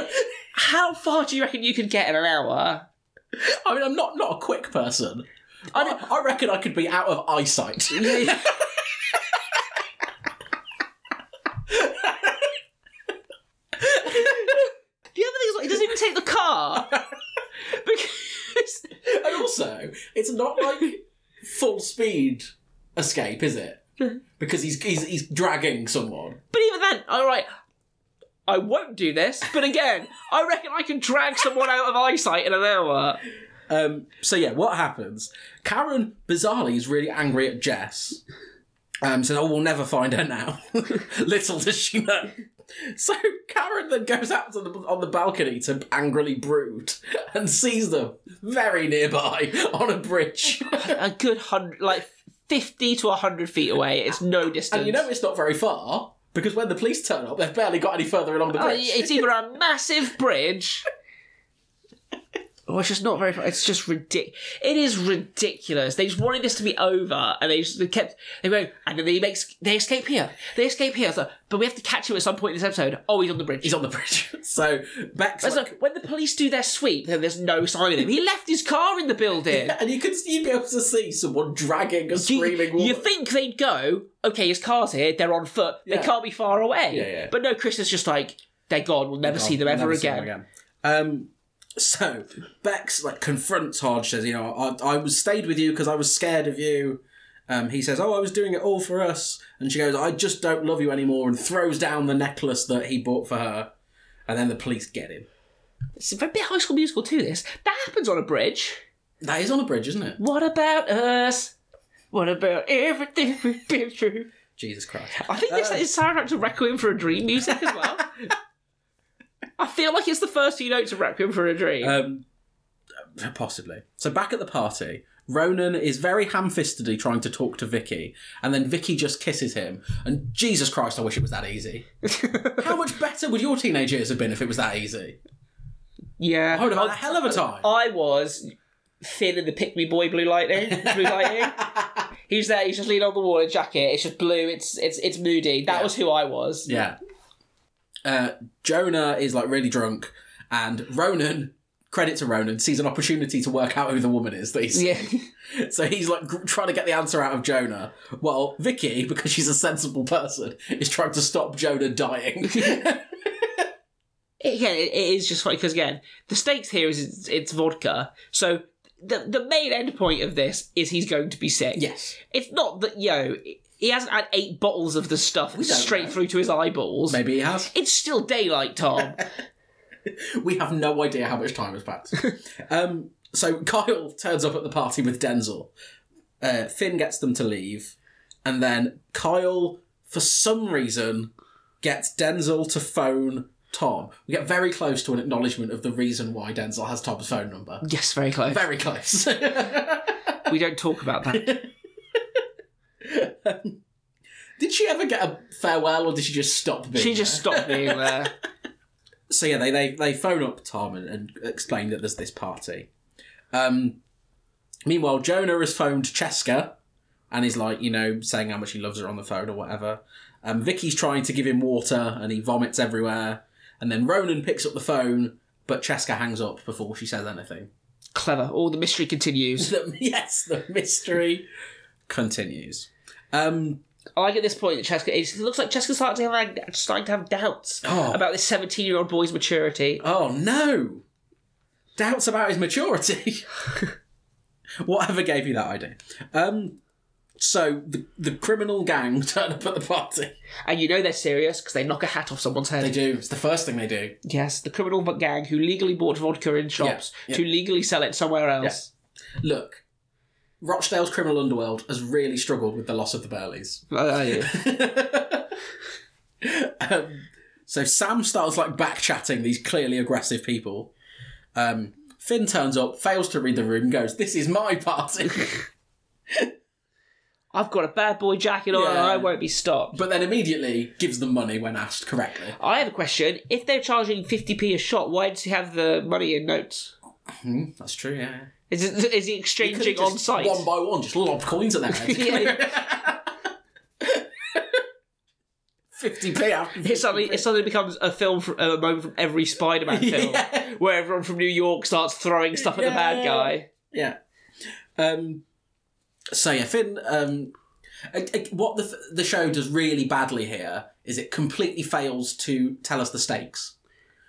B: how far do you reckon you could get in an hour?
A: I mean, I'm not not a quick person.
B: I
A: I,
B: don't-
A: I reckon I could be out of eyesight.
B: The other thing is, like, he doesn't even take the car because
A: and also, it's not like full speed escape, is it? Because he's he's, he's dragging someone.
B: But even then, all right, I won't do this. But again, I reckon I can drag someone out of eyesight in an hour.
A: Um, so yeah, what happens? Karen bizarrely is really angry at Jess. Um, so oh, we'll never find her now. Little does she know. So Karen then goes out to the, on the balcony to angrily brood and sees them very nearby on a bridge.
B: A good hundred, like fifty to hundred feet away. It's no distance.
A: And you know it's not very far because when the police turn up, they've barely got any further along the
B: Oh,
A: bridge.
B: yeah, it's either a massive bridge Well, it's just not very. It's just ridiculous. It is ridiculous. They just wanted this to be over, and they just they kept they went, and then they makes they escape here. They escape here. So, but we have to catch him at some point in this episode. Oh, he's on the bridge.
A: He's on the bridge. so Beck's
B: It's
A: like,
B: like, when the police do their sweep, then there's no sign of him. He left his car in the building.
A: and you could you'd be able to see someone dragging a
B: Do you-
A: screaming
B: you,
A: woman.
B: think they'd go, okay, his car's here, they're on foot,
A: Yeah.
B: they can't be far away.
A: Yeah, yeah.
B: But no, Chris is just like, they're gone, we'll never see them ever
A: Never see
B: again.
A: them Um, so Bex like confronts Hodge, says, "You know, I, I was stayed with you because I was scared of you." Um, he says, "Oh, I was doing it all for us," and she goes, "I just don't love you anymore," and throws down the necklace that he bought for her, and then the police get him.
B: It's a very bit high school musical too, this. That happens on a bridge.
A: That is on a bridge, isn't it?
B: What about us? What about everything we've been through?
A: Jesus Christ!
B: I think
A: Uh.
B: this is soundtrack to Requiem for a Dream music as well. I feel like it's the first few notes of Requiem for a Dream.
A: Um, possibly. So back at the party, Ronan is very ham-fistedly trying to talk to Vicky, and then Vicky just kisses him. And Jesus Christ, I wish it was that easy. How much better would your teenage years have been if it was that easy?
B: yeah.
A: I would have had a hell of a time.
B: I was Finn in the Pick Me Boy Blue Lightning. Blue Lightning. he's there. He's just leaning on the wall in a jacket. It's just blue. It's it's it's moody. That was who I was.
A: Yeah. Uh, Jonah is like really drunk, and Ronan. Credit to Ronan sees an opportunity to work out who the woman is that he's
B: Yeah.
A: so he's like gr- trying to get the answer out of Jonah. Well, Vicky, because she's a sensible person, is trying to stop Jonah dying.
B: Again, it, it is just funny because again, the stakes here is it's, it's vodka. So. The, the main end point of this is he's going to be sick.
A: yes,
B: It's not that, yo, he hasn't had eight bottles of the stuff
A: don't
B: straight
A: know.
B: through to his eyeballs.
A: maybe he has.
B: It's still daylight, Tom.
A: We have no idea how much time has passed. um, so Kyle turns up at the party with Denzel. Uh, Finn gets them to leave, and then Kyle, for some reason, gets Denzel to phone Tom. We get very close to an acknowledgement of the reason why Denzel has Tom's phone number.
B: yes, very close.
A: Very close.
B: we don't talk about that.
A: did she ever get a farewell, or did she just stop being?
B: she just
A: there?
B: stopped being there.
A: so yeah, they they, they phone up Tom and, and explain that there's this party. Um, meanwhile, Jonah has phoned Cheska and he's like, you know, saying how much he loves her on the phone or whatever. Um, Vicky's trying to give him water and he vomits everywhere. And then Ronan picks up the phone, but Cheska hangs up before she says anything.
B: Clever. All the mystery continues.
A: The- yes, the mystery continues. Um,
B: I like at this point that Cheska. It looks like Cheska's starting to have like, starting to have doubts
A: Oh.
B: about this seventeen-year-old boy's maturity.
A: oh no! Doubts about his maturity. Whatever gave you that idea? Um, so the, the criminal gang turn up at the party.
B: And you know they're serious because they knock a hat off someone's head.
A: They do. It's the first thing they do.
B: Yes, the criminal bu- gang who legally bought vodka in shops
A: yeah.
B: to legally sell it somewhere else.
A: Look, Rochdale's criminal underworld has really struggled with the loss of the Burleys.
B: Uh, yeah.
A: Um, so Sam starts like back chatting these clearly aggressive people. Um, Finn turns up, fails to read the room, goes, "This is my party,"
B: I've got a bad boy jacket on, and
A: Yeah.
B: I won't be stopped.
A: but then immediately gives them money when asked correctly.
B: I have a question. If they're charging fifty p a shot, why does he have the money in notes?
A: Hmm, that's true. Yeah.
B: Is, it, is he exchanging on
A: Just
B: site?
A: one by one, just lob coins at their heads.
B: Yeah.
A: Fifty p after
B: It suddenly, it suddenly becomes a film, from, a moment from every Spider-Man film,
A: Yeah.
B: where everyone from New York starts throwing stuff at the bad
A: Yeah.
B: guy.
A: Yeah. Um, so yeah, Finn. Um, I- I- what the f- the show does really badly here is it completely fails to tell us the stakes.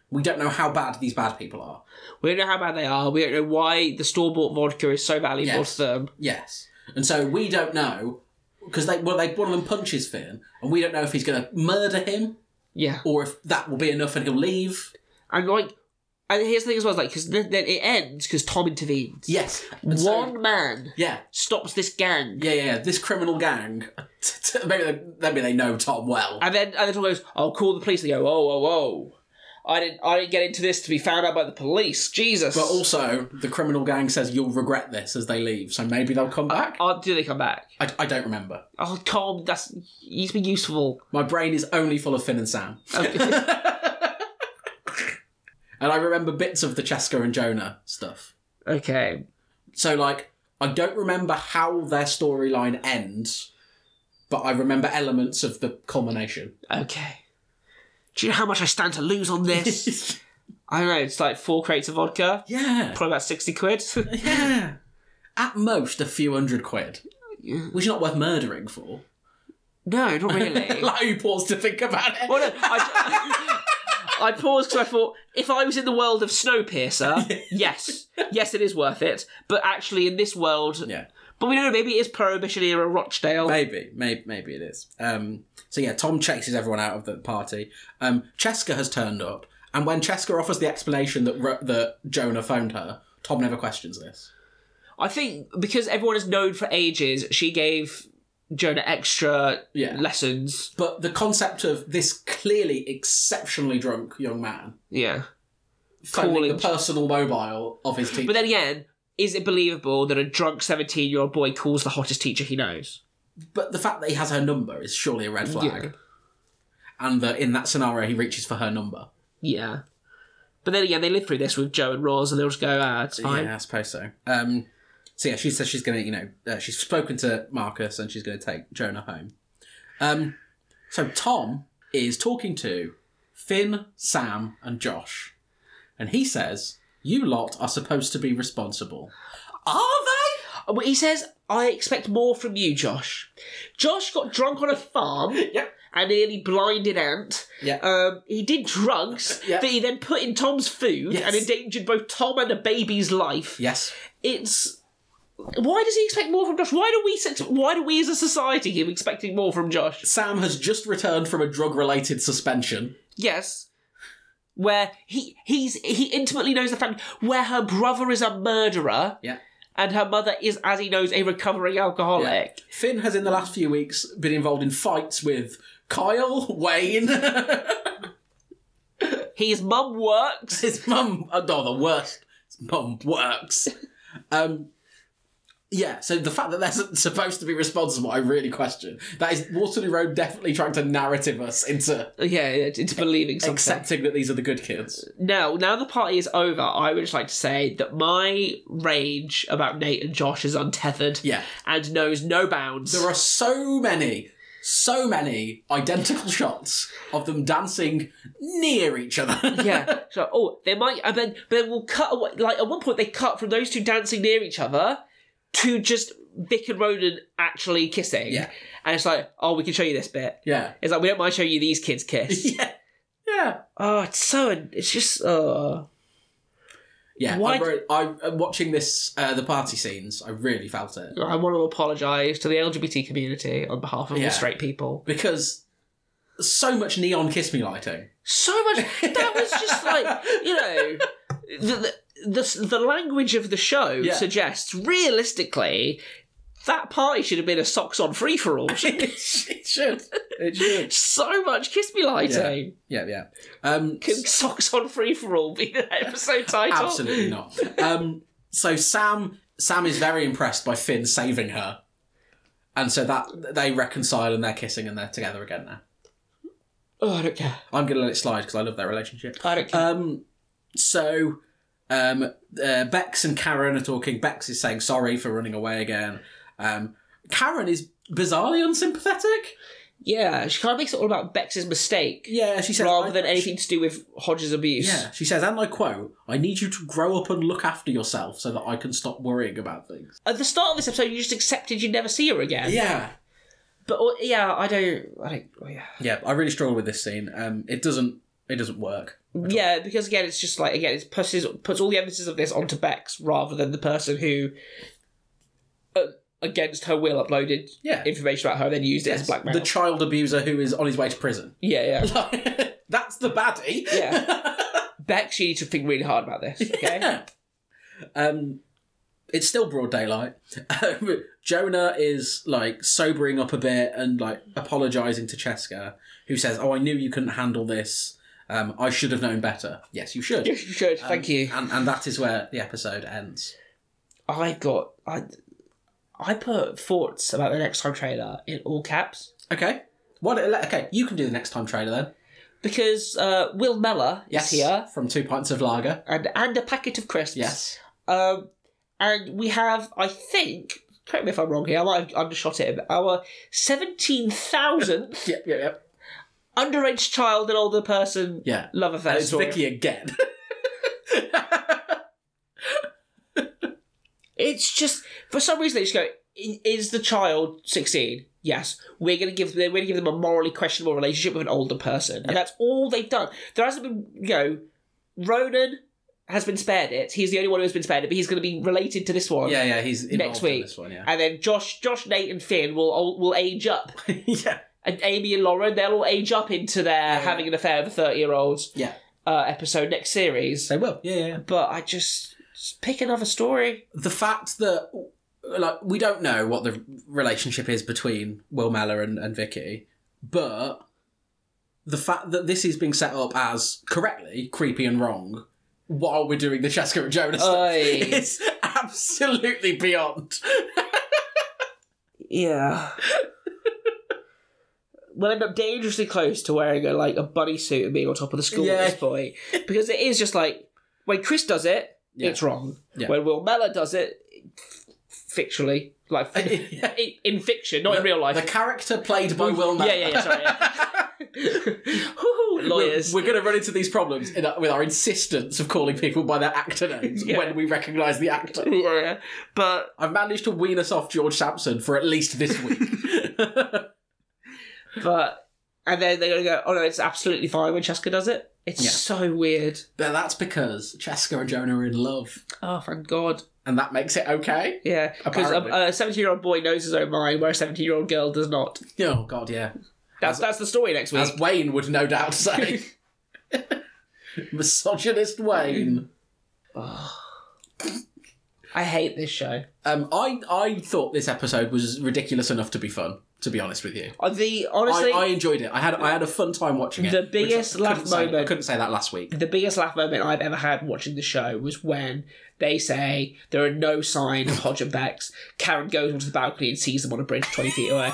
A: We don't know how bad these bad people are.
B: We don't know how bad they are. We don't know why the store-bought vodka is so valuable
A: Yes.
B: to them.
A: Yes, and so we don't know because they well they one of them punches Finn, and we don't know if he's going to murder him
B: Yeah,
A: or if that will be enough and he'll leave.
B: and like, and here's the thing as well, is like, because then, then it ends because Tom intervenes.
A: Yes, and so-
B: One man
A: yeah,
B: stops this gang,
A: yeah, yeah. yeah. This criminal gang. maybe they, maybe they know Tom well.
B: and then and then Tom goes, "I'll call the police." They go, "Oh, oh, oh." I didn't. I didn't get into this to be found out by the police. Jesus.
A: But also, the criminal gang says you'll regret this as they leave, so maybe they'll come back.
B: oh, do they come back?
A: I, I don't remember.
B: Oh, Tom, that's he's been useful.
A: My brain is only full of Finn and Sam. and I remember bits of the Cheska and Jonah stuff.
B: Okay.
A: So like, I don't remember how their storyline ends, but I remember elements of the culmination.
B: Okay. Do you know how much I stand to lose on this? I don't know. It's like four crates of vodka,
A: yeah,
B: probably about sixty quid.
A: yeah. At most, a few hundred quid,
B: Yeah.
A: which is not worth murdering for.
B: no, not really.
A: like, you pause to think about it.
B: well, no, I, I paused because I thought if I was in the world of Snowpiercer, yes, yes, it is worth it. But actually, in this world,
A: Yeah.
B: but we don't know. Maybe it is Prohibition era Rochdale.
A: Maybe, maybe, maybe it is. Um, so yeah, Tom chases everyone out of the party. Um, Cheska has turned up, and when Cheska offers the explanation that Ro- that Jonah phoned her, Tom never questions this.
B: I think because everyone is known for ages, she gave Jonah extra
A: Yeah.
B: lessons.
A: But the concept of this clearly exceptionally drunk young man
B: Yeah.
A: phoning the
B: Calling-
A: personal mobile of his teacher.
B: But then again, is it believable that a drunk 17 year old boy calls the hottest teacher he knows?
A: but the fact that he has her number is surely a red flag.
B: Yeah.
A: And that in that scenario, he reaches for her number.
B: Yeah. But then again, they live through this with Joe and Roz, and they'll just go, ah, it's fine.
A: Yeah, I suppose so. Um, so yeah, she says she's going to, you know, uh, she's spoken to Marcus and she's going to take Jonah home. Um, so Tom is talking to Finn, Sam, and Josh, and he says, "You lot are supposed to be responsible." Are
B: Oh, but He says, I expect more from you, Josh. Josh got drunk on a farm
A: they? Yep. Uh,
B: and nearly blinded Ant.
A: Yeah.
B: Um, he did drugs
A: Yeah.
B: that he then put in Tom's food
A: Yes.
B: and endangered both Tom and a baby's life.
A: Yes.
B: It's. Why does he expect more from Josh? Why do we se- why do we as a society keep expecting more from Josh?
A: Sam has just returned from a drug-related suspension.
B: Yes. Where he he's he intimately knows the family where her brother is a murderer
A: Yeah.
B: and her mother is, as he knows, a recovering alcoholic.
A: Finn has in the last few weeks been involved in fights with Kyle, Wayne,
B: His mum works.
A: his mum oh, no the worst his mum works um yeah so the fact that they're su- supposed to be responsible i really question that is waterloo road definitely trying to narrative us into
B: Uh, Yeah, it's believing something.
A: accepting that these are the good kids
B: now, now the party is over. I would just like to say that my rage about Nate and Josh is untethered
A: yeah
B: and knows no bounds.
A: there are so many so many identical shots of them dancing near each other
B: yeah. So, oh, they might, and then but then we'll cut away. Like at one point, they cut from those two dancing near each other to just Vic and Ronan actually kissing.
A: Yeah.
B: And it's like, oh, we can show you this bit.
A: yeah
B: It's like we don't mind showing you these kids kiss.
A: yeah yeah
B: oh, it's so. It's just. Oh.
A: yeah
B: Why-
A: I, wrote, I uh, watching this uh, the party scenes i really felt it
B: I want to apologise to the LGBT community on behalf of
A: Yeah.
B: all straight people.
A: because so much neon kiss me lighting
B: So much. That was just like you know, the the, the, the language of the show
A: Yeah.
B: suggests realistically that party should have been a socks on free for all.
A: it should. It should.
B: so much kiss me lighting.
A: Yeah, yeah. Um,
B: Can socks on free for all be the episode title?
A: absolutely not. Um, so Sam, Sam is very impressed by Finn saving her, and so that they reconcile and they're kissing and they're together again now.
B: Oh, I don't care. Uh,
A: I'm gonna let it slide because I love their relationship.
B: I don't care.
A: Um, so. Um, uh, Bex and Karen are talking. Bex is saying sorry for running away again. Um, Karen is bizarrely unsympathetic.
B: yeah, she kind of makes it all about Bex's mistake.
A: Yeah, she said
B: rather
A: I-
B: than anything to do with Hodges' abuse.
A: Yeah, she says, and I quote, I need you to grow up and look after yourself so that I can stop worrying about things.
B: At the start of this episode, you just accepted you'd never see her again.
A: Yeah.
B: But or, yeah, I don't. I don't. oh, yeah.
A: Yeah, I really struggle with this scene. Um, it doesn't it doesn't work.
B: Yeah, because again, it's just like again, it pushes puts all the emphasis of this onto Bex rather than the person who, uh, against her will, uploaded
A: Yeah.
B: information about her and then used it as blackmail.
A: The child abuser who is on his way to prison.
B: yeah, yeah.
A: That's the baddie.
B: Yeah. Bex, you need to think really hard about this, okay?
A: Yeah. Um, it's still broad daylight. Um, Jonah is like sobering up a bit and like apologizing to Cheska, who says, "Oh, I knew you couldn't handle this. Um, I should have known better." Yes, you should. Um,
B: Yes, you should. Thank you.
A: And, and that is where the episode ends.
B: I got I I put thoughts about the next time trailer in all caps.
A: Okay. What? Okay, you can do the next time trailer then.
B: because uh, Will Meller
A: Yes.
B: is here
A: From Two Pints of Lager.
B: and and a packet of crisps.
A: Yes.
B: Um, and we have, I think, correct me if I'm wrong here. I might have undershot it. but Our seventeen thousandth
A: Yep, yep, yep.
B: underage child and older person
A: Yeah.
B: love
A: And
B: affair.
A: it's
B: story.
A: Vicky again.
B: It's just for some reason they just go. "I- Is the child sixteen? Yes, we're going to give them. We're going to give them a morally questionable relationship with an older person, and that's all they've done. There hasn't been, you know, Ronan has been spared it. He's the only one who has been spared it, but he's going to be related to this one.
A: yeah, yeah, he's involved
B: Next
A: in
B: week.
A: this one, yeah.
B: And then Josh, Josh, Nate, and Finn will all- will age up,
A: yeah.
B: and Amy and Lauren they'll all age up into their
A: yeah.
B: having an affair with a thirty year old
A: Yeah.
B: uh, episode next series.
A: They will. Yeah, yeah, yeah.
B: But I just, just pick another story.
A: The fact that like we don't know what the relationship is between Will Meller and, and Vicky, but the fact that this is being set up as correctly creepy and wrong while we're doing the Cheska and Jonah stuff
B: Oi.
A: is absolutely beyond.
B: Yeah. we'll end up dangerously close to wearing a like a bunny suit and being on top of the school
A: Yeah.
B: at this point. Because it is just like when Chris does it,
A: Yeah.
B: it's wrong.
A: Yeah.
B: When Will Mellor does it f- fictionally. Like
A: Yeah.
B: in, in fiction, not in real life.
A: The character played by Will Meller.
B: yeah, yeah, yeah, sorry. yeah. Woo-hoo, lawyers.
A: We're, going to run into these problems in, with our insistence of calling people by their actor names
B: Yeah.
A: when we recognise the actor.
B: yeah. But
A: I've managed to wean us off George Sampson for at least this week.
B: but and then they're gonna go, Oh no, it's absolutely fine when Cheska does it. It's
A: Yeah.
B: so weird.
A: but that's because Cheska and Jonah are in love,
B: Oh thank God.
A: and that makes it okay.
B: Yeah, because
A: Apparently.
B: a seventeen-year-old boy knows his own mind, where a seventeen-year-old girl does not.
A: Oh God, yeah.
B: That's that's the story next week.
A: As Wayne would no doubt say, misogynist Wayne.
B: I hate this show.
A: Um, I I thought this episode was ridiculous enough to be fun. To be honest with you,
B: Uh, The
A: I,
B: honestly,
A: I enjoyed it. I had I had a fun time watching it.
B: The
A: which I
B: biggest
A: couldn't
B: laugh
A: say- I
B: moment-
A: couldn't say that last week.
B: the biggest laugh moment I've ever had watching the show was when they say there are no signs of Hodge and Beck's. Karen goes onto the balcony and sees them on a bridge twenty feet away.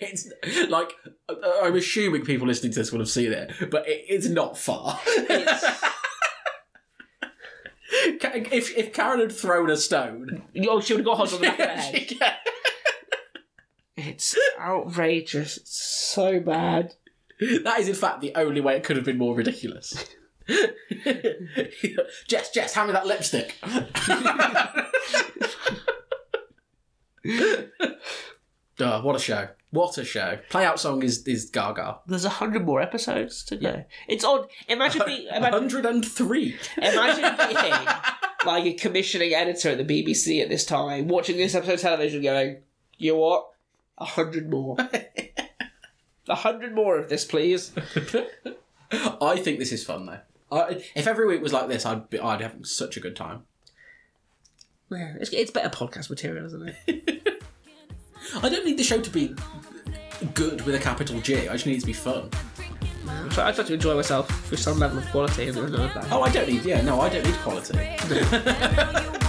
A: It's like I- I'm assuming people listening to this will have seen it, but it, it's not far.
B: It's-
A: Ca- if if Karen had thrown a stone,
B: oh, she would have got Hodge on the back of her head.
A: she-
B: It's outrageous. It's so bad.
A: that is in fact the only way it could have been more ridiculous. Jess, Jess, hand me that lipstick. oh, what a show! What a show! Playout song is is Gaga.
B: There's a hundred more episodes to go. It's odd. Imagine being imagine,
A: Hundred and three.
B: Imagine being like a commissioning editor at the BBC at this time, watching this episode of television, going, "You know what? A hundred more, a hundred more of this, please."
A: I think this is fun though. I, if every week was like this, I'd be, I'd have such a good time.
B: It's, it's better podcast material, isn't it?
A: I don't need the show to be good with a capital G. I just need it to be fun.
B: So I try to enjoy myself with some level of quality, and there's none of that.
A: Oh, I don't need. Yeah, no, I don't need quality.
C: I know you